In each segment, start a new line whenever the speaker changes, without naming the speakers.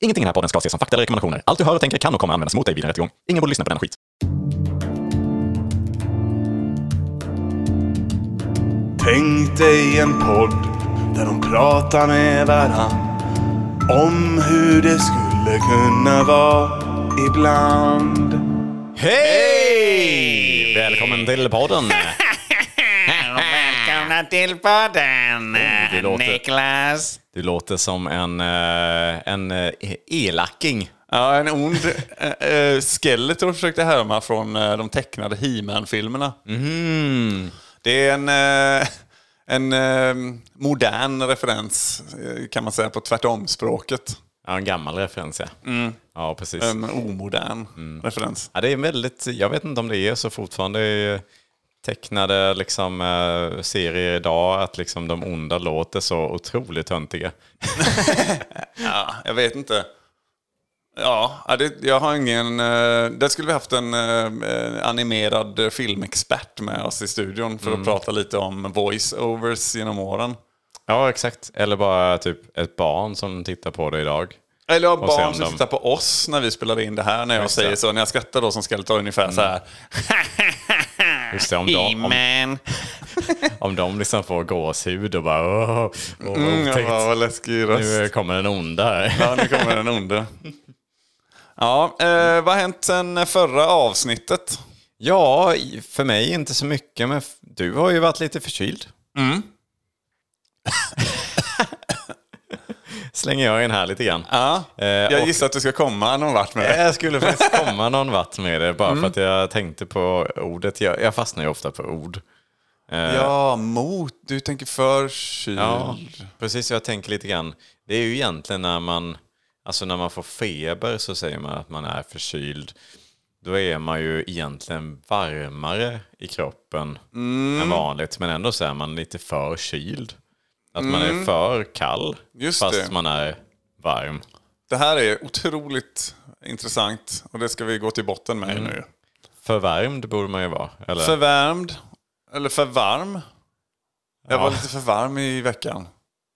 Ingenting i den här podden ska ses som fakta eller rekommendationer. Allt du hör och tänker kan och kommer användas mot dig vid en rättegång. Ingen borde lyssna på den skit.
Tänk dig en podd där de pratar med varann om hur det skulle kunna vara ibland.
Hej! Välkommen till podden!
Välkomna till podden!
det låter-
Niklas.
Du låter som en, eh, en eh, elaking.
Ja, en ond äh, äh, Skeletor försökte härma från eh, de tecknade He-Man-filmerna.
Mm. Mhm.
Det är en, eh, en eh, modern referens eh, kan man säga på tvärtomspråket.
Ja, en gammal referens ja. Ja, precis.
En omodern referens.
Ja, det är väldigt, jag vet inte om det är så fortfarande i eh, tecknade liksom, eh, serier idag att liksom, de onda låter så otroligt töntiga.
Ja, Ah, jag vet inte. Ja, ja, det, jag har ingen... eh, Där skulle vi haft en eh, eh, animerad filmexpert med oss i studion för
Mm.
att prata lite om voice-overs genom åren.
Ja, exakt. Eller bara typ ett barn som tittar på det idag.
Eller jag har
se om
barn som
de-
tittar på oss när vi spelar in det här. När jag
Just
säger
det.
så, när jag skrattar då som Skeletor ungefär så här.
Just det, om, de, om,
He-Man.
om de liksom får gåshud och bara... Åh, åh, vad otäckt.
Ja, Mm, vad läskig
nu
röst.
eh, kommer den onda här.
Ja, nu kommer den onde. Ja, eh, vad har hänt sen förra avsnittet?
Ja, i- för mig inte så mycket, men f- du har ju varit lite förkyld.
Mm.
Slänger jag in här lite grann.
Ja,
Eh,
jag
och-
gissar att du ska komma någon vart med det. Mm.
Jag skulle faktiskt komma någon vart med det, bara för att jag tänkte på ordet. Jag, jag fastnar ju ofta på ord.
Eh, Ja, mot. Du tänker förkyld.
Ja, precis. Jag tänker lite grann. Det är ju egentligen när man, alltså när man får feber så säger man att man är förkyld. Då är man ju egentligen varmare i kroppen
Mm.
än vanligt, men ändå så är man lite förkyld. Att man är för kall,
Mm. Just
fast
det.
man är varm.
Det här är otroligt intressant och det ska vi gå till botten med nu.
Förvärmd borde man ju vara, eller?
Förvärmd, eller för varm. Jag var lite för varm i veckan.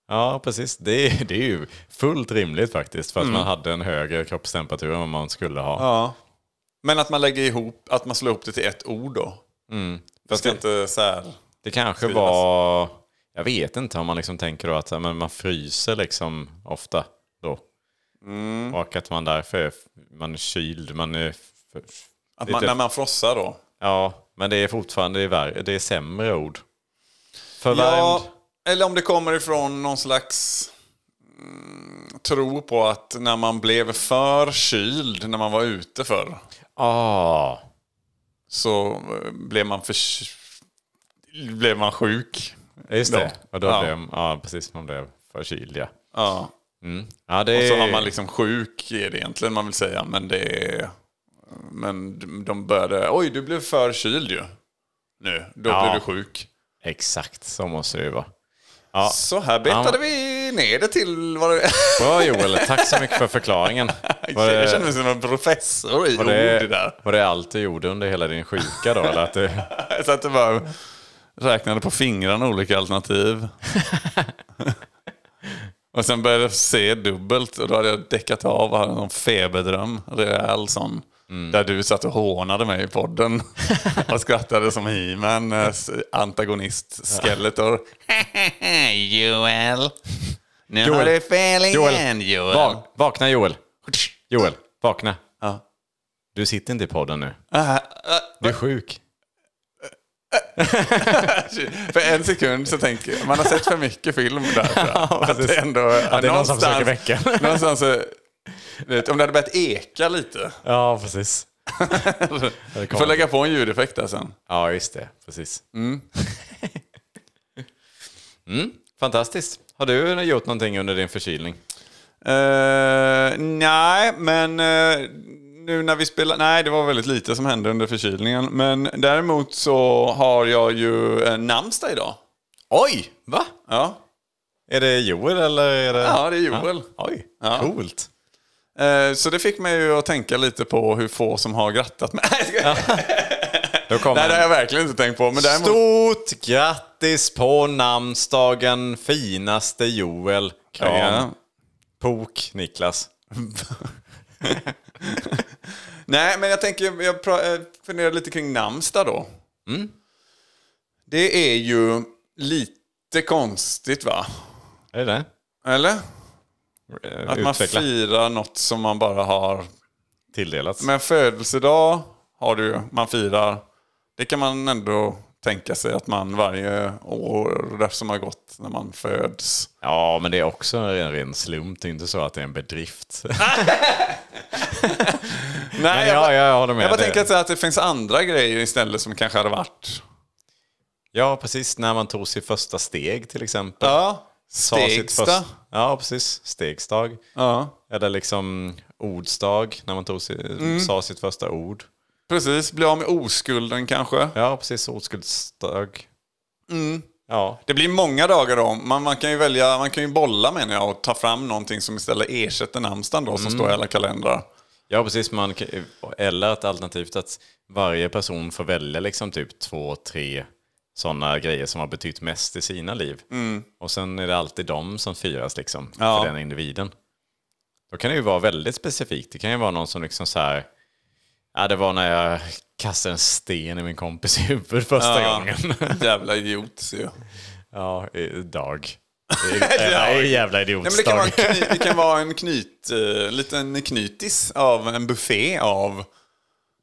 Ja, precis. Det, är- det är ju fullt rimligt faktiskt,
Mm.
för att man hade en högre kroppstemperatur än vad man skulle ha.
Ja. Men att man lägger ihop, att man slår ihop det till ett ord då. Jag Mm. ska inte så här...
Det kanske
Skrivas.
var... Jag vet inte om man liksom tänker då att ja, men man fryser liksom ofta då.
Mm.
Och att man därför är, man är kyld, man är... För,
Att
lite-
man, när man frossar då.
Ja, men det är fortfarande det är värre, det är sämre ord.
Ja,
Förvärmd.
eller om det kommer ifrån någon slags mm, tro på att när man blev för kyld när man var ute förr
Ja. Ah,
så eh, blev man för... blev man sjuk.
just
Då.
det. Och då
Ja.
blev... Ja, precis. Man blev förkyld, ja.
Ja.
ja det är,
Så har man liksom sjuk är det egentligen man vill säga. Men det är... Men de började... Oj, du blev förkyld ju. Nu, då
Ja.
blev du sjuk.
Exakt, så måste det ju vara. Ja.
Så här betade
Ja.
vi ner det till vad det...
Bra Joel, tack så mycket för förklaringen. Var det-
Jag känner mig som en professor i
Var
ord
det,
där.
var det allt du gjorde under hela din sjuka då? Eller att det,
Så att det bara räknade på fingrarna olika alternativ. och sen började jag se dubbelt och då hade jag däckat av och hade någon feberdröm. Alltså, Rejäl sån. Där du satt och hånade mig i podden. och skrattade som He-Man, eh, s- antagonist Skeletor. Joel. Nu
Joel.
fel
Joel.
Joel.
Va- vakna Joel! Joel, vakna!
Ja.
Du sitter inte i podden nu.
Äh, äh,
Du är sjuk.
För en sekund så tänker jag, man har sett för mycket film där. tror jag. Att det, ändå, att
det är någon som försöker väcka en.
någonstans, eh, du vet, om det hade börjat eka lite.
Ja, precis.
Du får lägga på en ljudeffekt där sen.
Ja, just det. Precis. Mm. Fantastiskt. Har du gjort någonting under din förkylning?
Eh, nej, men eh, nu när vi spelar... Nej, det var väldigt lite som hände under förkylningen. Men däremot så har jag ju eh, namnsdag idag.
Oj! Va?
Ja,
Är det Joel eller? Är det...
ja det är Joel.
Oj,
Ja.
coolt.
Eh, så det fick mig ju att tänka lite på hur få som har grattat mig.
Då kommer
nej, det
en-
har jag verkligen inte tänkt på. Men däremot...
Stort grattis på namnsdagen finaste Joel. Kram.
Ja.
Pok Niklas.
Nej, men jag tänker, jag pra- eh, funderar lite kring Namsta då. Mm. Det är ju lite konstigt va?
Är det det?
Eller?
Eh,
Att man
Utveckla.
firar något som man bara har.
Tilldelats.
Men födelsedag har du ju, man firar. Det kan man ändå tänka sig att man varje år där som har gått när man föds.
Ja, men det är också en ren slump. Det är inte så att det är en bedrift.
Nej,
Men
jag,
ja,
bara,
jag håller med.
jag bara
Det-
tänker att, att det finns andra grejer istället som kanske hade varit.
Ja, precis. När man tog sitt första steg till exempel.
Ja,
Ta sitt
Stegsta.
första- Ja, precis. Stegsdag.
Ja.
Eller liksom ordsdag, när man tog si-
Mm.
sa sitt första ord.
Precis, bli av med oskulden kanske.
Ja, precis. Oskuldsdag.
Mm.
Ja,
Det blir många dagar då. Man, man kan ju välja, man kan ju bolla menar jag och ta fram någonting som istället ersätter namnsdagen då som står i alla kalendrar.
Ja, precis. Man, kan- eller att alternativt att varje person får välja liksom typ två, tre sådana grejer som har betytt mest i sina liv. Och sen är det alltid de som firas liksom,
Mm. Ja.
för den individen. Då kan det ju vara väldigt specifikt. Det kan ju vara någon som liksom så här, ja det var när jag kastade en sten i min kompis huvud första
Ja.
gången.
Jävla idiot ser jag.
ja, i- dag. Det är- Nej, jävla
Nej, men det,
idiotsdag.
kan vara en kny, det kan vara en knyt, eh, liten knytis av en buffé av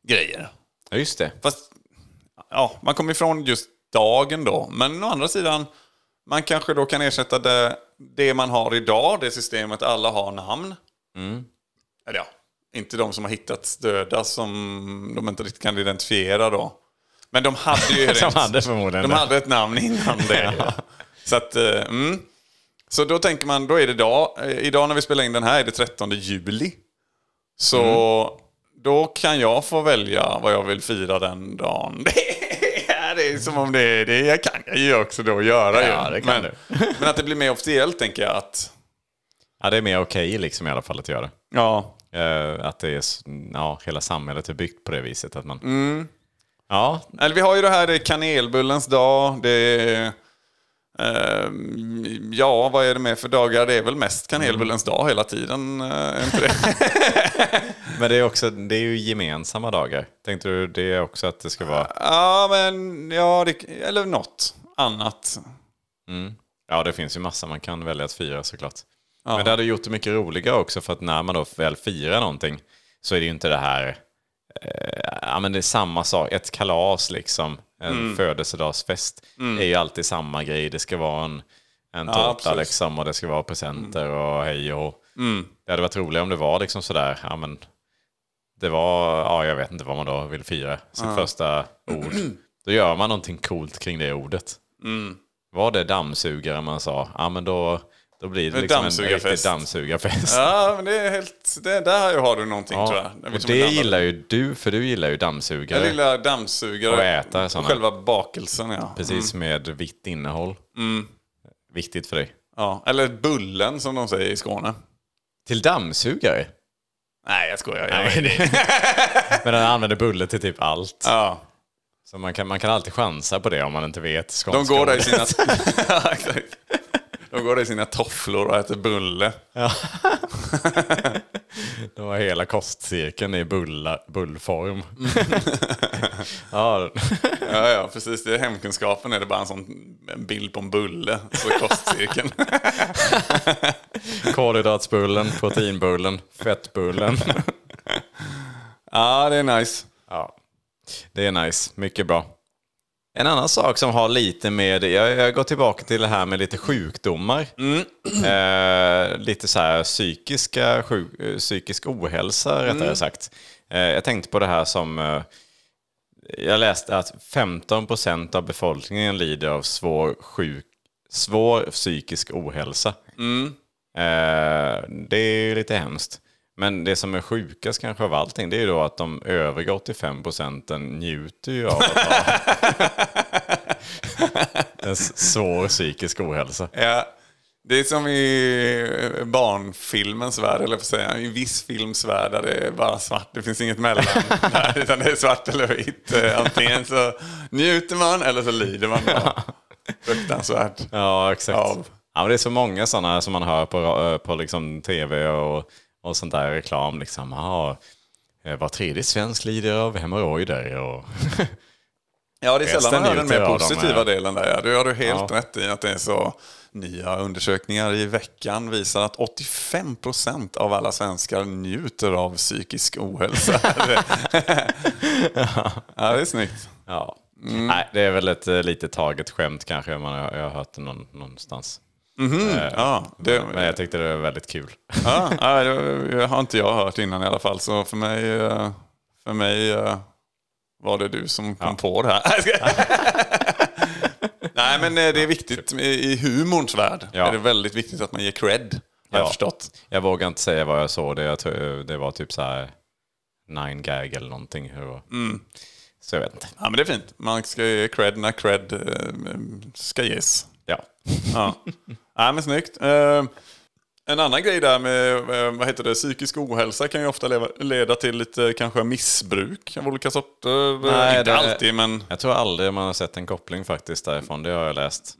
grejer.
Ja, just det.
Fast ja, man kommer ifrån just dagen då. Men å andra sidan, man kanske då kan ersätta det, det man har idag, det systemet alla har namn.
Mm.
Eller ja, inte de som har hittats döda som de inte riktigt kan identifiera då. Men de hade ju
Som
rent-
hade förmodligen
de
det.
hade ett namn innan det. Så att, eh, mm. Så då tänker man, då är det idag. Eh, Idag när vi spelar in den här är det 13 juli. Så
Mm.
då kan jag få välja vad jag vill fira den dagen. Det är, det är som om det är det jag kan jag ju också då göra.
Ja,
ju.
det kan
men, men att det blir mer officiellt tänker jag att...
Ja, det är mer okej liksom i alla fall att göra.
Ja.
Eh, att det är, s- ja, hela samhället är byggt på det viset. Att man... Ja,
Eller vi har ju det här, det är kanelbullens dag. Det är, ehm, ja, vad är det mer för dagar? Det är väl mest kanelbullens
Mm.
dag hela tiden. eh, är inte det?
men det är, också, det är ju gemensamma dagar. Tänkte du det är också att det ska vara...
ja, men ja, det, eller något annat.
Ja, det finns ju massa man kan välja att fira såklart. Men det hade gjort det mycket roligare också för att när man då väl firar någonting så är det ju inte det här... Eh, ja, men det är samma sak. Ett kalas liksom. En födelsedagsfest är ju alltid samma grej. Det ska vara en, en tårta
precis.
liksom och det ska vara presenter och hej och hå. Det hade varit roligare om det var liksom sådär, ja men det var, ja jag vet inte vad man då vill fira, sitt första ord. Då gör man någonting coolt kring det ordet.
Mm.
Var det dammsugare man sa, ja men då, då blir det
En
liksom en
dammsugarfest.
riktig dammsugarfest.
Ja, men det är helt... Det, där har du någonting tror jag.
Ja,
är
och
som en
det
annan-
gillar ju du, för du gillar ju dammsugare.
Jag gillar dammsugare.
Och äta såna.
Själva bakelsen ja.
Precis
Mm.
med vitt innehåll. Viktigt för dig.
ja. Eller bullen som de säger i Skåne.
Till dammsugare?
Nej, jag skojar. Jag vet.
Nej, det... men han använder bulle till typ allt.
Ja.
Så man kan, man kan alltid chansa på det om man inte vet
De
skånska
går där i
ordet.
sina... Ja, exakt. de går där i sina tofflor och äter bulle.
De har hela kostcirkeln i bulla, bullform. ja,
Ja, ja, precis. Det är hemkunskapen är det bara en sån bild på en bulle. Så är kostcirkeln.
kolhydratsbullen, proteinbullen, fettbullen.
ja, det är nice.
Ja, det är nice. Mycket bra. En annan sak som har lite med, jag, jag går tillbaka till det här med lite sjukdomar. Eh, lite så här psykiska, sjuk, eh, psykisk ohälsa rättare sagt. Eh, jag tänkte på det här som, eh, jag läste att 15% av befolkningen lider av svår, sjuk, svår psykisk ohälsa. Eh, det är ju lite hemskt. Men det som är sjukast kanske av allting, det är ju då att de övriga 85 procenten njuter ju av att ha en s- svår psykisk ohälsa.
Ja, det är som i eh, barnfilmens värld, eller vad säga, i viss films värld där det är bara svart, det finns inget mellan. där, utan det är svart eller vitt. Eh, Antingen så njuter man eller så lider man. Då. Fruktansvärt.
Ja, exakt.
Ja.
eh, Ja. men det är så många sådana som man hör på, ra- på liksom tv och, och sånt där reklam. Liksom, aha, eh, var tredje svensk lider av hemorrojder. Och
Ja, det är sällan
Resten
man hör den
njuter
mer
av dem
positiva
här.
delen där. Ja, du har du helt
Ja.
rätt i att det är så. Nya undersökningar i veckan visar att 85% av alla svenskar njuter av psykisk ohälsa. ja, det är snyggt.
Ja. Nej, det är väl ett eh, lite taget skämt kanske. Man har, jag har hört det någon, någonstans.
Ja, det,
Men jag tyckte det var väldigt kul.
ja, ja, det det har inte jag hört innan i alla fall. Så för mig, eh, för mig eh, var det du som kom på det här. Nej, men eh, det är viktigt. I i humorns värld
Ja.
är det väldigt viktigt att man ger cred. Har jag
Ja.
förstått.
Jag vågar inte säga vad jag såg. Det, jag tror- det var typ så här nine gag eller någonting. Hur det var.
Mm.
Så jag vet inte.
Ja, men det är fint. Man ska ge cred när cred eh, ska ges.
Ja.
Ja. ja, men snyggt. Eh, En annan grej där med eh, vad heter det, psykisk ohälsa kan ju ofta leva, leda till lite kanske missbruk av olika sorter. Eh,
Nej,
Inte
det-
alltid, men
Jag tror aldrig man har sett en koppling faktiskt därifrån. Det har jag läst.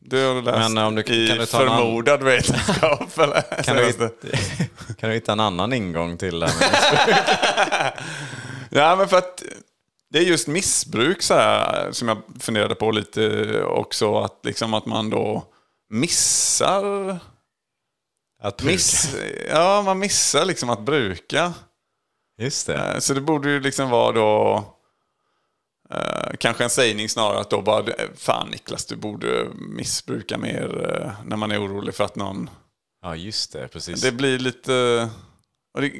det har du läst
Men eh, om du-
i
kan du ta en annan-
förmodad vetenskap. Eller?
Kan du,
Senaste-
hitta, kan du hitta en annan ingång till det? här?
Ja, men för att det är just missbruk så här, som jag funderade på lite också. Att, liksom, att man då missar
Att
Miss, ja, man missar liksom att bruka.
Just det.
Eh, Så det borde ju liksom vara då... Eh, kanske en sägning snarare att då bara Fan Niklas, du borde missbruka mer eh, när man är orolig för att någon...
Ja, just det. Precis.
Det blir lite... och det,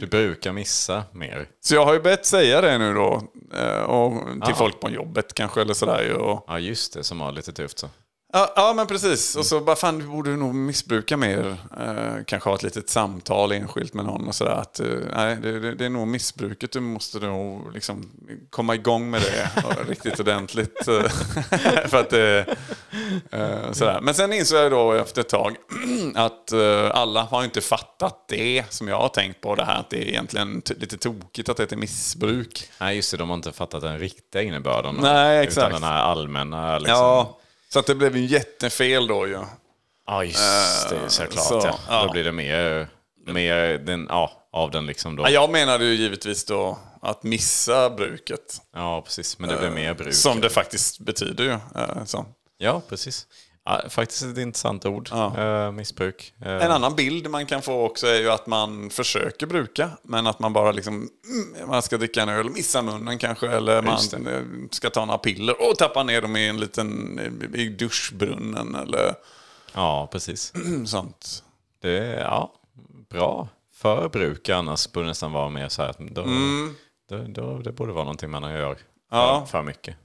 Du brukar missa mer.
så jag har ju börjat säga det nu då. eh, Och till
Ah.
folk på jobbet kanske eller sådär. ju, Och,
Ja, just det. Som har lite tufft så.
Ja, ja men precis. Och så bara fan du borde nog missbruka mer. Eh, kanske ha ett litet samtal enskilt med någon och sådär. Att, eh, nej, det, det, det är nog missbruket du måste nog liksom komma igång med det och riktigt ordentligt. eh, för att, eh, eh, sådär. Men sen insåg jag då efter ett tag att eh, alla har inte fattat det som jag har tänkt på. Det här att det är egentligen t- lite tokigt att det heter missbruk.
Nej, just det. De har inte fattat den riktiga innebörden. av
Nej,
det,
exakt.
Utan den här allmänna liksom.
Ja, så att det blev en jättefel då ju.
Ja, just det. Såklart,
Eh, så,
ja.
ja.
Då blir det mer, mer den, ja, av den liksom då.
Ah, Ja, jag menade ju givetvis då att missa bruket.
Ja, precis. Men det
Eh,
blir mer bruk.
Som det faktiskt betyder ju. eh, Så.
Ja, precis. Ja, faktiskt ett intressant ord. Eh, missbruk. Eh,
En annan bild man kan få också är ju att man försöker bruka. Men att man bara liksom, mm, man ska dricka en öl, missa munnen kanske. Eller man
Just det.
eh, ska ta några piller och tappa ner dem i en liten, eh, i duschbrunnen eller
Ja, precis.
mm, sånt.
Det är, ja, bra. För bruk annars borde nästan vara mer så här att då, då, då, det borde vara någonting man gör för,
Mm. Ja.
för mycket.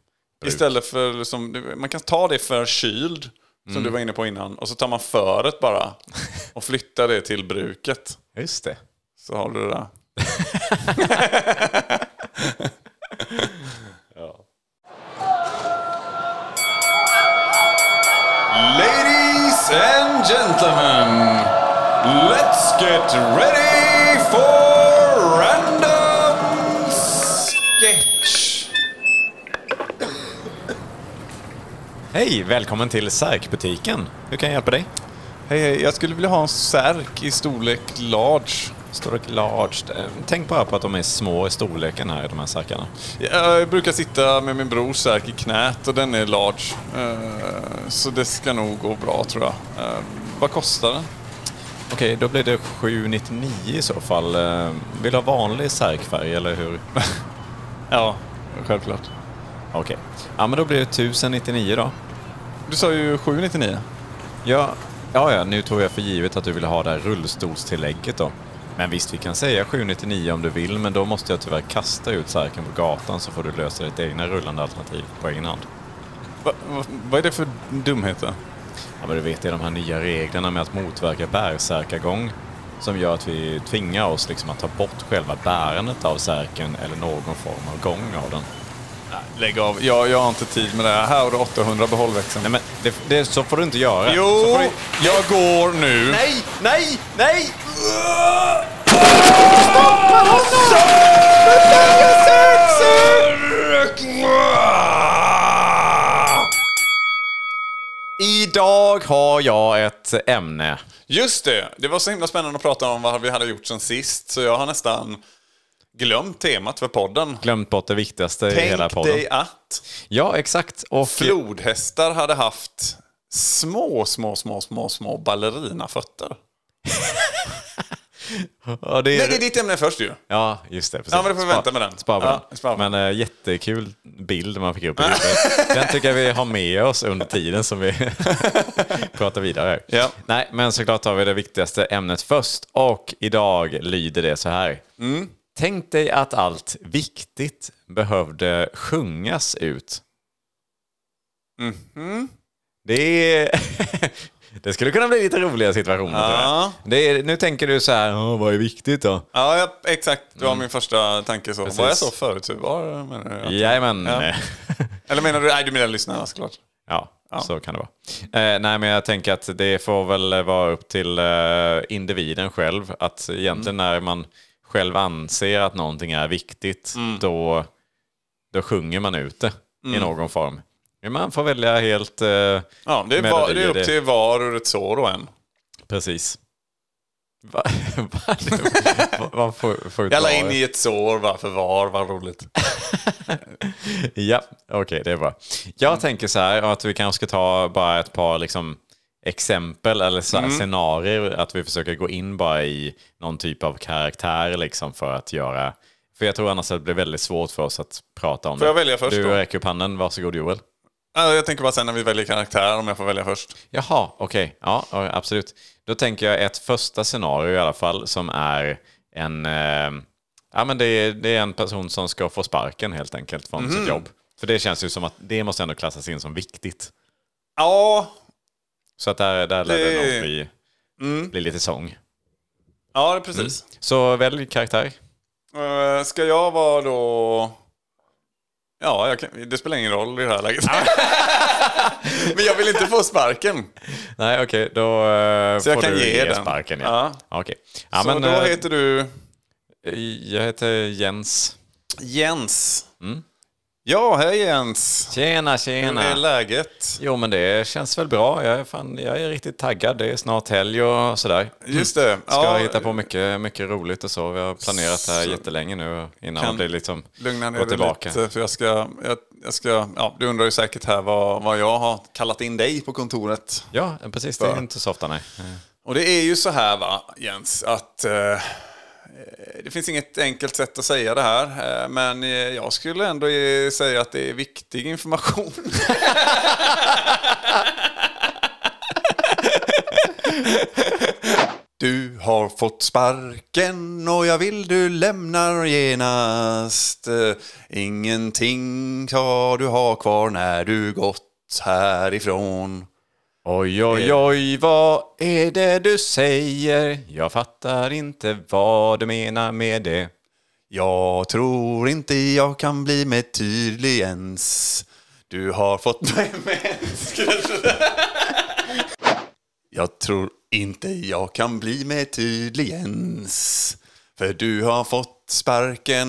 Bruk.
Istället för, som, man kan ta det för kyld, som
Mm.
du var inne på innan. Och så tar man föret bara och flyttar det till bruket.
Just det.
Så har du det där. Ladies and gentlemen, let's get ready for random sketch.
Hej, välkommen till Särkbutiken. Hur kan jag hjälpa dig?
Hej, hej. Jag skulle vilja ha en särk i storlek large.
Storlek large. Eh, Tänk bara på att de är små i storleken här, de här särkarna.
Jag brukar sitta med min brors särk i knät och den är large. Eh, Så det ska nog gå bra tror jag. Eh, Vad kostar den?
Okej, då blir det 799 i så fall. Eh, Vill du ha vanlig särkfärg eller hur?
Ja, självklart.
Okej. Ja, men då blir det 1099 då.
Du sa ju 799.
Ja, ja, ja, nu tog jag för givet att du ville ha det här rullstolstillägget då. Men visst, vi kan säga 799 om du vill, men då måste jag tyvärr kasta ut särken på gatan så får du lösa ditt egna rullande alternativ på egen hand.
Va, va, vad är det för dumheter?
Ja, men du vet, det är de här nya reglerna med att motverka bärsärkagång som gör att vi tvingar oss liksom att ta bort själva bärandet av särken eller någon form av gång av den.
Lägg av. Jag, jag har inte tid med det här. Här har du 800 behållväxeln.
Nej, men det, det, så får du inte göra. Så
jo!
får du...
Jag går nu.
Nej, nej, nej! I Idag har jag ett ämne.
Just det, det var så himla spännande att prata om vad vi hade gjort sen sist. Så jag har nästan glömt temat för podden.
Glömt bort det viktigaste i hela
Tänk
podden.
dig att
Ja, exakt. Och
flodhästar hade haft små, små, små, små, små ballerinafötter.
ja, det
Nej,
är...
det är ditt ämne först ju.
Ja, just det. Precis.
Ja, men du får
Spar-
vänta med den.
Spara på
Ja,
den.
spara på
men eh, jättekul bild man fick upp i huvudet. Den tycker jag vi har med oss under tiden som vi pratar vidare.
Ja.
Nej, men såklart tar vi det viktigaste ämnet först. Och idag lyder det så här.
Mm.
Tänk dig att allt viktigt behövde sjungas ut.
Mhm.
Det, är det skulle kunna bli lite roliga situationer. tror jag.
Ja.
Det är, nu tänker du så här, "Ja, vad är viktigt då?
Ja, ja exakt. Det var min första tanke. Så.
Precis.
Var jag så förutsägbar? Menar du?
Jajamän. Eh,
Ja. Eller menar du? Nej, du menar lyssnarna såklart.
Ja, så kan det vara. Eh, nej, men jag tänker att det får väl vara upp till eh, individen själv. Att egentligen
Mm.
när man själv anser att någonting är viktigt,
Mm.
då, då sjunger man ut det i någon form. Men Man får välja helt... Eh,
Ja, det är, var, det är
melodier,
upp till var ur ett sår och en.
Precis. Va? Va? Va? Va? Får, får ut
Jag la
vad-
in i ett sår, varför var, vad roligt.
Ja, okej, det är bra. Jag
Mm.
tänker så här att vi kanske ska ta bara ett par liksom, exempel eller så här,
Mm.
scenarier. Att vi försöker gå in bara i någon typ av karaktär liksom, för att göra... För jag tror annars att det blir väldigt svårt för oss att prata om
Får
det.
jag välja först
Du
då?
räcker upp handen, varsågod Joel.
Ja, Jag tänker bara sen när vi väljer karaktär, om jag får välja först.
Jaha, okej. Ja, ja, absolut. Då tänker jag ett första scenario i alla fall som är en... Eh, ja, men det är, det är en person som ska få sparken helt enkelt från
Mhm.
sitt jobb. För det känns ju som att det måste ändå klassas in som viktigt.
Ja,
Så att där, där lär det
Det- Mm.
nog bli, bli lite sång.
ja det är precis.
Så välj karaktär.
Eh, Ska jag vara då... Ja, jag kan... det spelar ingen roll i det här läget. Men jag vill inte få sparken.
Nej, okej. då eh,
Så jag
får
kan
du
ge den.
sparken. Ja. Ja. Okej. Ja,
Så
men,
då
eh,
heter du
Jag heter Jens.
Jens. Ja, hej Jens.
Tjena,
Hur
Mm. tjena.
är läget?
Jo, men det känns väl bra. Jag är, fan, jag är riktigt taggad. Det är snart helg och sådär.
Just det.
Ska
ja,
hitta på mycket, mycket roligt och så. Vi har planerat det här jättelänge nu innan
Kan-
det liksom
Lugna ner
går
dig
tillbaka.
lite. För jag ska, jag, jag ska, ja, du undrar ju säkert här vad, vad jag har kallat in dig på kontoret.
Ja, precis. Det är
För-
inte så ofta, nej.
Och det är ju så här va, Jens, att eh, det finns inget enkelt sätt att säga det här. Eh, men eh, jag skulle ändå eh, säga att det är viktig information. Du har fått sparken och jag vill du lämnar genast. Eh, Ingenting ska du ha kvar när du gått härifrån.
Oj, oj, oj, vad är det du säger? Jag fattar inte vad du menar med det.
Jag tror inte jag kan bli mer tydlig ens. Du har fått mig med Jag tror inte jag kan bli mer tydlig ens. För du har fått sparken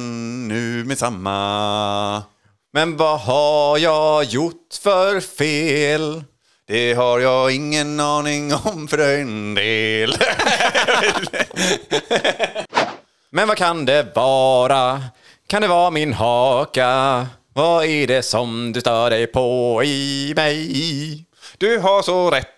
nu med samma.
Men vad har jag gjort för fel?
Det har jag ingen aning om för en del.
Men vad kan det vara? Kan det vara min haka? Vad är det som du stör dig på i mig?
Du har så rätt.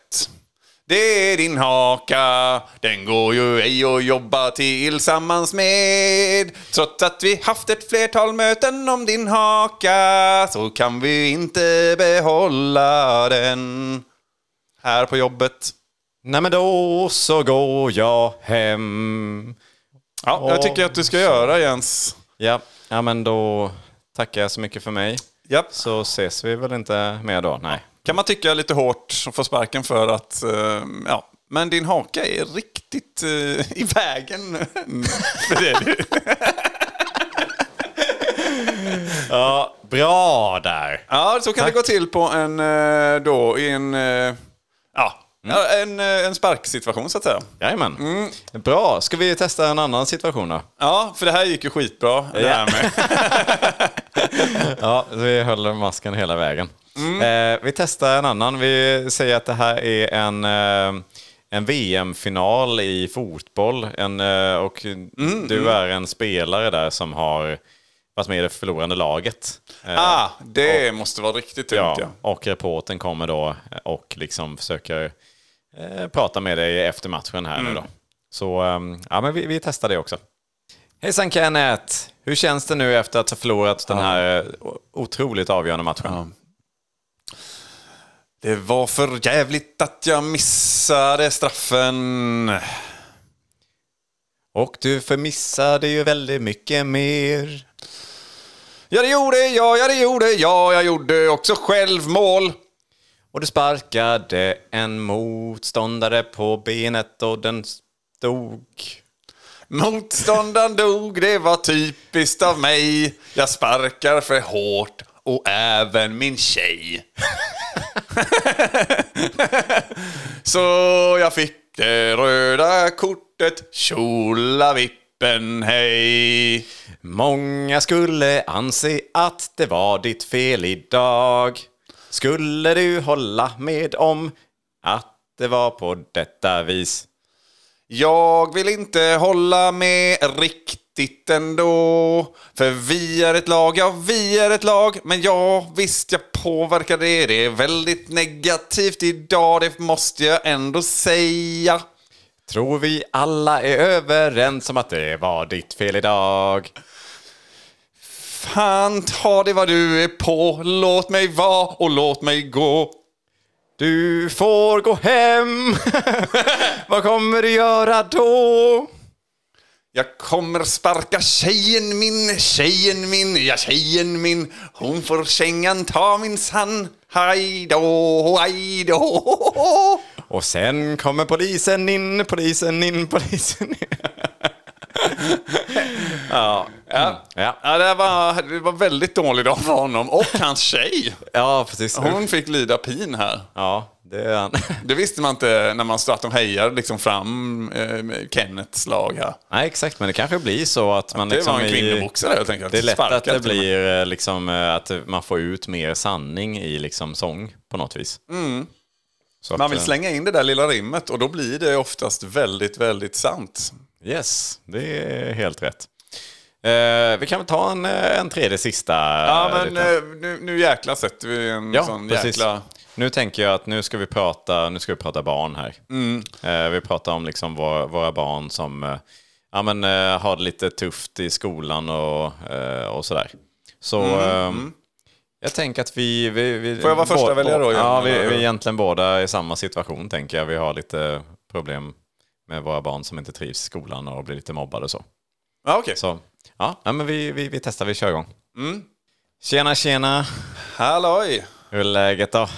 Det är din haka. Den går ju ej att jobba tillsammans med. Trots att vi haft ett flertal möten om din haka så kan vi inte behålla den. Här på jobbet.
Nej men då så går jag hem.
Ja, jag
Åh,
tycker att du ska göra Jens.
Ja, ja men då tackar jag så mycket för mig.
Japp.
Så ses vi väl inte mer då? Nej.
Kan man tycka lite hårt och få sparken för att, eh, ja. Men din haka är riktigt eh, i vägen. för det du.
Ja, bra där.
Ja, så kan det gå till på en, eh, då, i en, eh, ja, ja, en, eh, en sparksituation så att säga.
Mm. Jajamän.
Mm.
Bra, ska vi testa en annan situation då?
Ja, för det här gick ju skitbra. Det här med.
Ja, vi höll masken hela vägen. Eh, vi testar en annan. Vi säger att det här är en, eh, en VM-final i fotboll. En, eh, och du är en spelare där som har varit med i det förlorande laget. Eh,
Ah, det måste vara riktigt tungt ja.
ja, och reporten kommer då och liksom försöker eh, prata med dig efter matchen här nu då. Så ehm, ja, men vi, vi testar det också. Hejsan Kenneth! Hur känns det nu efter att ha förlorat den här eh, o- otroligt avgörande matchen?
Det var för jävligt att jag missade straffen.
Och du förmissade ju väldigt mycket mer.
Ja, det gjorde jag, ja, det gjorde jag. Jag gjorde också självmål.
Och du sparkade en motståndare på benet och den stod.
Motståndaren dog, det var typiskt av mig. Jag sparkar för hårt och även min tjej. Så jag fick det röda kortet, tjolavippen, hej.
Många skulle anse att det var ditt fel idag. Skulle du hålla med om att det var på detta vis?
Jag vill inte hålla med riktigt ändå. För vi är ett lag, ja vi är ett lag. Men ja, visst jag påverkar det. Det är väldigt negativt idag, det måste jag ändå säga.
Tror vi alla är överens om att det var ditt fel idag?
Fan ta det vad du är på. Låt mig vara och låt mig gå.
Du får gå hem. Vad kommer du göra då?
Jag kommer sparka tjejen min, tjejen min, ja tjejen min. Hon får kängan ta min sann. Hej då, hej då.
Och sen kommer polisen in, polisen in, polisen in.
Ja.
Mm. Ja,
Ja, det, var, det var väldigt dålig dag för honom och hans tjej.
ja precis.
Hon fick lida pin här.
Ja, det är han.
Det visste man inte när man stod att de hejade liksom fram eh, med Kenneths lag här.
Nej, exakt. Men det kanske blir så att man
Det
liksom...
var en
i-
kvinnoboxare helt enkelt.
Det är lätt att
Sparkar
det
till och med.
blir eh, liksom eh, att man får ut mer sanning i liksom sång på något vis. Så
Mm. Man
att,
vill
eh,
slänga in det där lilla rimmet och då blir det oftast väldigt, väldigt sant.
Yes, det är helt rätt. Eh, vi kan väl ta en, eh, en tredje sista.
Ja,
eh,
men
liten-
eh, nu, nu jäkla sätter vi en sån jäkla...
Nu tänker jag att nu ska vi prata, nu ska vi prata barn här.
Mm.
Eh, vi pratar om liksom våra, våra barn som eh, ja, men, eh, har det lite tufft i skolan och, eh, och sådär. Så ehm, jag tänker att vi... vi, vi
Mm, Får jag vara första
bå-
väljare då,
Ja,
Jörgen,
vi,
eller hur?
vi är egentligen båda i samma situation tänker jag. Vi har lite problem med våra barn som inte trivs i skolan och blir lite mobbade och så.
Ja, okej.
Så ja, ja men vi, vi, vi testar, vi kör igång. Mm. Tjena, tjena!
Halloj!
Hur är läget då?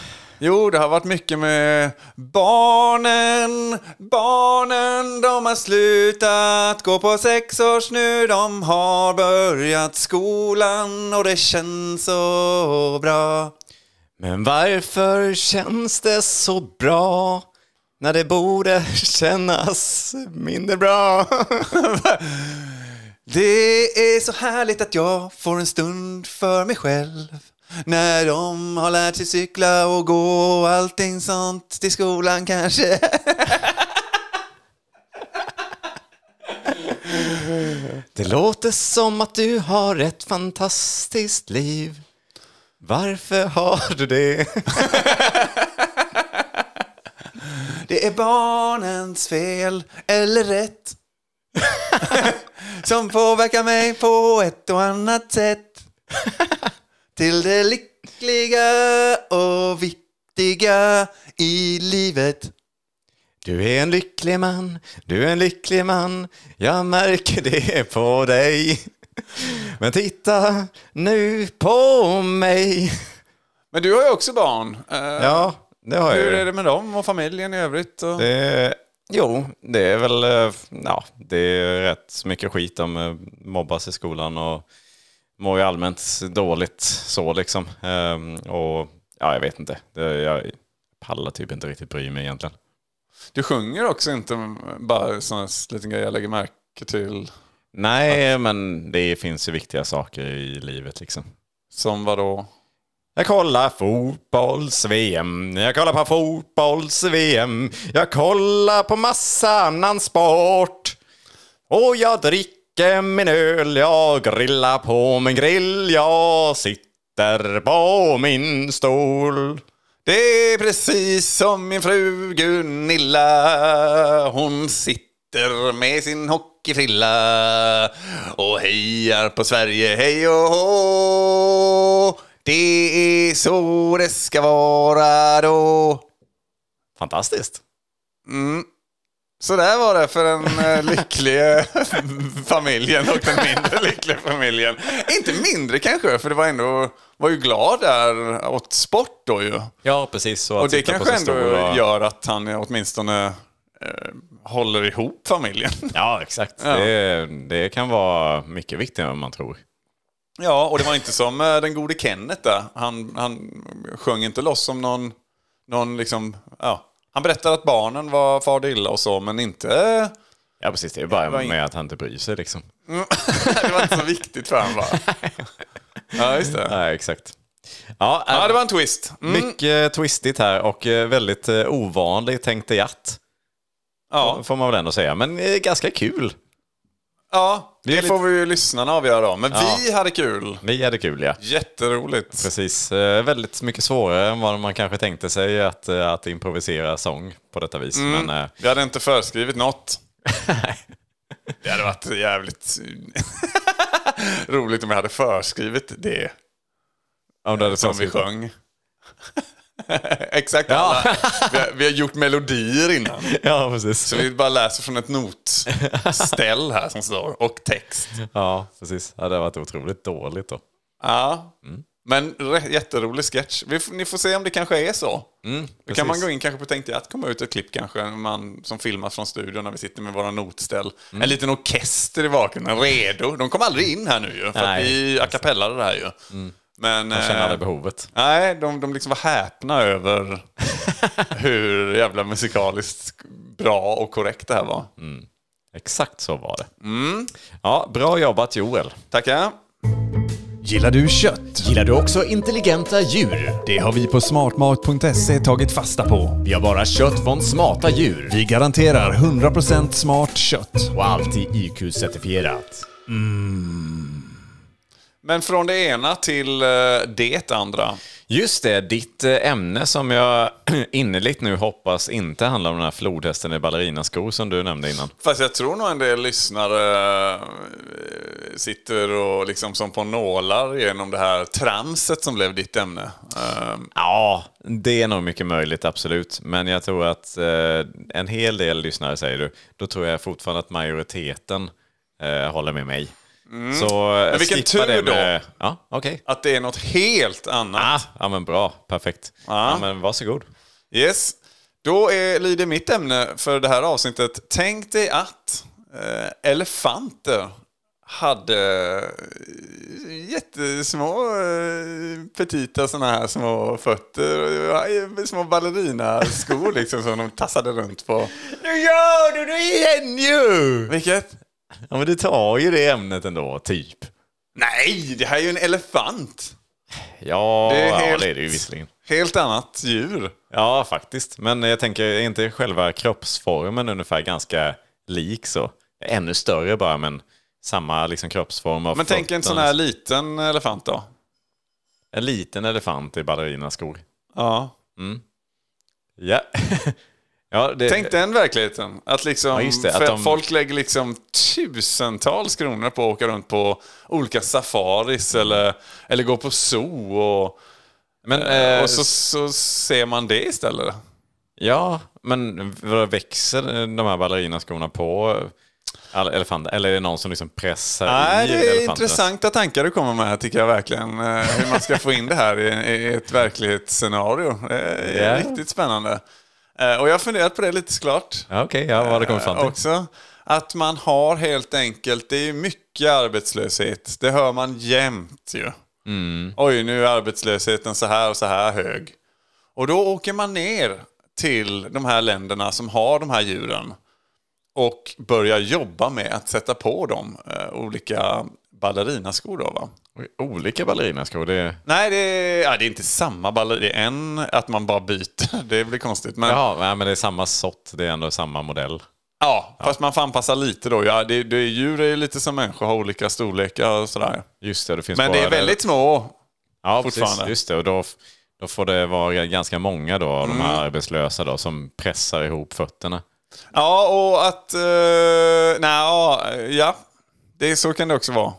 Jo, det har varit mycket med barnen, barnen, de har slutat gå på sexårs nu, de har börjat skolan och det känns så bra.
Men varför känns det så bra när det borde kännas mindre bra?
Det är så härligt att jag får en stund för mig själv. När de har lärt sig cykla och gå och allting sånt till skolan kanske.
Det låter som att du har ett fantastiskt liv. Varför har du det?
Det är barnens fel, eller rätt. Som påverkar mig på ett och annat sätt. Till det lyckliga och viktiga i livet.
Du är en lycklig man, du är en lycklig man. Jag märker det på dig. Men titta nu på mig.
Men du har ju också barn. Eh,
Ja, det har jag
Hur
ju.
är det med dem och familjen i övrigt? Och...
Det, jo, det är väl eh, ja, det är rätt mycket skit. De eh, mobbas i skolan och mår ju allmänt dåligt så liksom. Ehm, och ja, jag vet inte. Det, jag pallar typ inte riktigt bry mig egentligen.
Du sjunger också inte bara sån här liten grej jag lägger märke till.
Nej, men det finns ju viktiga saker i livet liksom.
Som vadå?
Jag kollar fotbolls-VM, jag kollar på fotbolls-VM, jag kollar på massa annan sport. Och jag dricker min öl, jag grillar på min grill, jag sitter på min stol.
Det är precis som min fru Gunilla. Hon sitter med sin hockeyfrilla och hejar på Sverige, hej och hå. Det är så det ska vara då.
Fantastiskt.
Så där var det för den eh, lyckliga familjen och den mindre lyckliga familjen. Inte mindre kanske, för det var ändå, var ju glad där åt sport då ju.
Ja, precis. Så att
Och det
sitta på
kanske
sin
ändå
stol och-
gör att han åtminstone eh, håller ihop familjen.
Ja, exakt. Det, det kan vara mycket viktigare än man tror.
Ja, och det var inte som eh, den gode Kenneth där. Han, han sjöng inte loss som någon, någon liksom, ja. Han berättade att barnen var far illa och så, men inte... eh,
Ja, precis. Det är bara
var in-
med att han inte bryr sig liksom.
Det var inte så viktigt för honom bara. Ja, just det.
Nej, exakt. Ja,
Ja, det var en twist. Mm.
Mycket twistigt här och eh, väldigt eh, ovanlig tänkte hjärt.
Ja,
Får man väl ändå säga. Men eh, ganska kul.
ja
är
det
lite-
får vi ju lyssnarna avgöra då. Men
Ja.
vi hade kul.
Vi hade kul ja.
Jätteroligt.
Precis. Eh, väldigt mycket svårare än vad man kanske tänkte sig att, eh, att improvisera sång på detta vis. Men eh,
Vi hade inte föreskrivit något. Det hade varit jävligt roligt om vi hade förskrivit det
om det hade
som vi sjöng. Exakt alla. Vi, har, vi har gjort melodier innan.
Ja, precis.
Så vi bara läser från ett notställ här som står och text.
Ja, precis. Ja, det hade varit otroligt dåligt då.
Ja.
Mm.
Men re- jätterolig sketch. Vi, f- ni får se om det kanske är så. Då kan man
Mm, precis.
gå in kanske på Tänkte jag att komma ut ett klipp kanske. En man som filmas från studion när vi sitter med våra notställ.
Mm.
En liten orkester i bakgrunden, redo. De kom aldrig in här nu ju. För
Nej.
att vi a cappella det här ju. Men,
Jag känner
eh,
aldrig behovet.
Nej, de, de liksom var häpna över hur jävla musikaliskt bra och korrekt det här var.
Mm. Exakt så var det.
Mm.
Ja, bra jobbat Joel.
Tackar.
Gillar du kött?
Gillar du också intelligenta djur?
Det har vi på smartmat.se tagit fasta på.
Vi har bara kött från smarta djur
Vi garanterar 100% smart kött.
och alltid IQ-certifierat.
Men från det ena till eh, det andra.
Just det, ditt eh, ämne som jag innerligt nu hoppas inte handlar om den här flodhästen i ballerinaskor som du nämnde innan.
Fast jag tror nog en del lyssnare eh, sitter och liksom som på nålar genom det här tramset som blev ditt ämne. Eh,
Ja, det är nog mycket möjligt, absolut. Men jag tror att eh, en hel del lyssnare säger du, då tror jag fortfarande att majoriteten eh, håller med mig. Så eh,
vilken
skippa
tur
det
då.
med, då! Ja, okej.
Att det är något helt annat.
Ah, ja, men bra. Perfekt.
Ja.
Ja, men varsågod.
Yes. Då är, lyder mitt ämne för det här avsnittet. Tänk dig att eh, elefanter hade eh, jättesmå eh, petita sådana här små fötter. och, eh, Små ballerinaskor liksom som de tassade runt på.
Nu gör du det igen ju!
Vilket?
Ja, men du tar ju det ämnet ändå, typ.
Nej, det här är ju en elefant.
Ja,
Det
det
är
är, ja,
helt-
det, är det ju visserligen.
Helt annat djur.
Ja, faktiskt. Men jag tänker, är inte själva kroppsformen ungefär ganska lik så? Ännu större bara, men samma liksom kroppsform. Av
Men tänk en
fötterna,
sån här
liksom.
liten elefant då.
En liten elefant i ballerinaskor.
Ja.
Ja. ja det,
Tänk den verkligheten. Att liksom,
Eh, Ja, just det, att
för
de-
Folk lägger liksom tusentals kronor på att åka runt på olika safaris eller, eller gå på zoo. Och,
men, eh,
och så, så ser man det istället.
Ja, men vadå, växer de här ballerinaskorna på alla elefanter? Eller är det någon som liksom pressar
Nej,
i
det är
elefanterna?
intressanta tankar du kommer med här tycker jag verkligen. Eh, Hur man ska få in det här i, i ett verklighetsscenario. Det är
Ja.
riktigt spännande. Eh, Och jag har funderat på det lite såklart.
Ja, Okej, ja, vad har det kommit fram
Eh,
till?
Också att man har helt enkelt, det är ju mycket arbetslöshet. Det hör man jämt ju.
Mm.
Oj, nu är arbetslösheten så här och så här hög. Och då åker man ner till de här länderna som har de här djuren och börjar jobba med att sätta på dem eh, olika ballerinaskor då va?
Olika ballerinaskor, det...
Nej, det är, ja, det är inte samma ballerina. Det är en, att man bara byter. Det blir konstigt. Men, ja.
Ja, nej, men det är samma sort, det är ändå samma modell.
fast man får anpassa lite då. Ja, det, det, djur är ju lite som människor, har olika storlekar och sådär.
Just det, det finns
Men
bara
det är väldigt små.
ja, Precis,
fortfarande.
just det, och då, f- då får det vara ganska många då, av de
Mm.
här arbetslösa då, som pressar ihop fötterna.
Ja, och att... Uh, nej, ja. Det, är- så kan det också vara.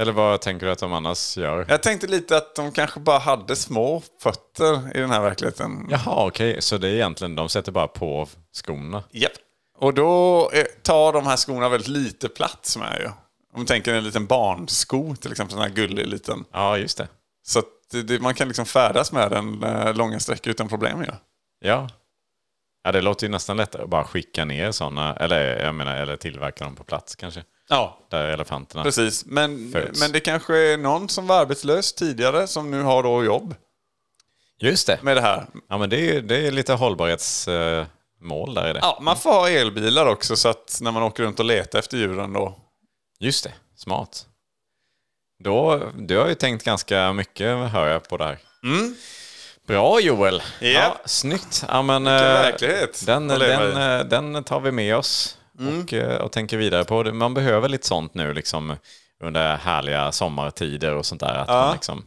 Eller vad tänker du att de annars gör?
Jag tänkte lite att de kanske bara hade små fötter i den här verkligheten.
Jaha, okej, så det är egentligen, de sätter bara på skorna.
Japp. Och då eh, tar de här skorna väldigt lite plats med ju. Om man tänker en liten barnsko till exempel, sån här gullig liten.
Ja, just det.
Så att det, det, man kan liksom färdas med den eh, långa sträckor utan problem ju.
Ja. Ja, det låter ju nästan lättare att bara skicka ner sådana, eller jag menar, eller tillverka dem på plats kanske.
Ja.
Där elefanterna.
Precis, men,
Föds.
men det kanske är någon som var arbetslös tidigare som nu har då jobb
Just det.
med det här.
Ja, men det är, det är lite hållbarhetsmål där i det.
Ja, man får ha elbilar också så att när man åker runt och letar efter djuren då.
Just det, smart. Då, du har ju tänkt ganska mycket, hör jag, på det här. Bra Joel! Mm. Ja, snyggt! Ja, men, eh,
verklighet
den,
att leva
den, eh, den tar vi med oss och, eh, och tänker vidare på. Man behöver lite sånt nu liksom, under härliga sommartider och sånt där. Att man liksom,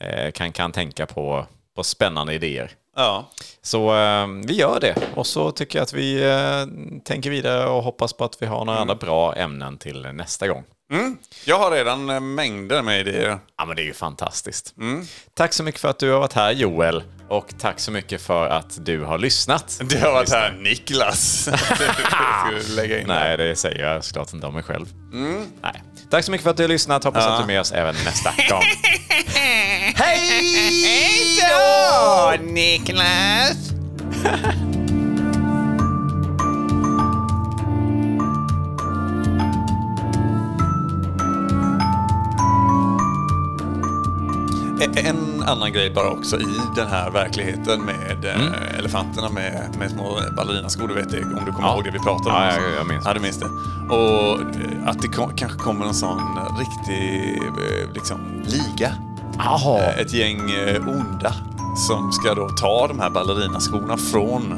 eh, kan, kan tänka på, på spännande idéer.
Ja.
Så eh, vi gör det. Och så tycker jag att vi eh, tänker vidare och hoppas på att vi har några andra bra ämnen till nästa gång.
Jag har redan eh, mängder med idéer.
Ja, men det är ju fantastiskt. Tack så mycket för att du har varit här Joel. Och tack så mycket för att du har lyssnat.
Du har varit här Niklas. Det skulle du lägga in.
Nej, det säger jag såklart inte om mig själv. Nej. Tack så mycket för att du har lyssnat. Hoppas att du är med oss även nästa gång.
E- En annan grej bara också i den här verkligheten med eh,
Mm.
elefanterna med, med små ballerinaskor. Du vet det, om du kommer
Ja.
ihåg det vi pratade om.
Ja, jag- jag minns.
Ja, du minns det. Och eh, att det kom, kanske kommer någon sån riktig eh, liksom, liga.
Jaha.
Eh, Ett gäng eh, onda som ska då ta de här ballerinaskorna från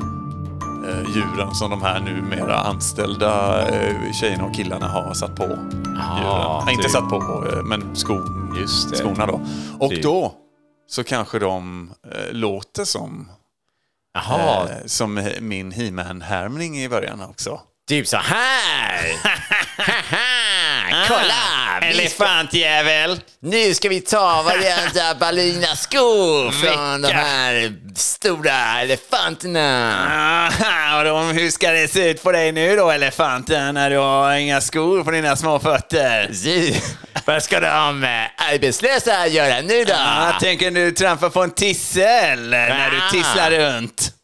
eh, djuren som de här numera anställda eh, tjejerna och killarna har satt på. djuren. Nej, Inte
typ.
satt på, eh, men skon,
Just det.
skorna då. Och
Typ.
då så kanske de eh, låter som,
Jaha.
eh, som eh, min He-Man-härmning i början också.
Typ så här! Kolla!
Elefantjävel!
Nu ska vi ta varenda ballerinaskor från de här stora elefanterna.
Aha, Ah, och de, hur ska det se ut på dig nu då elefanten när du har inga skor på dina små fötter?
Precis. Vad ska de eh, arbetslösa göra nu då?
Ah, tänker du trampa på en tissel när du
Ah.
tisslar runt?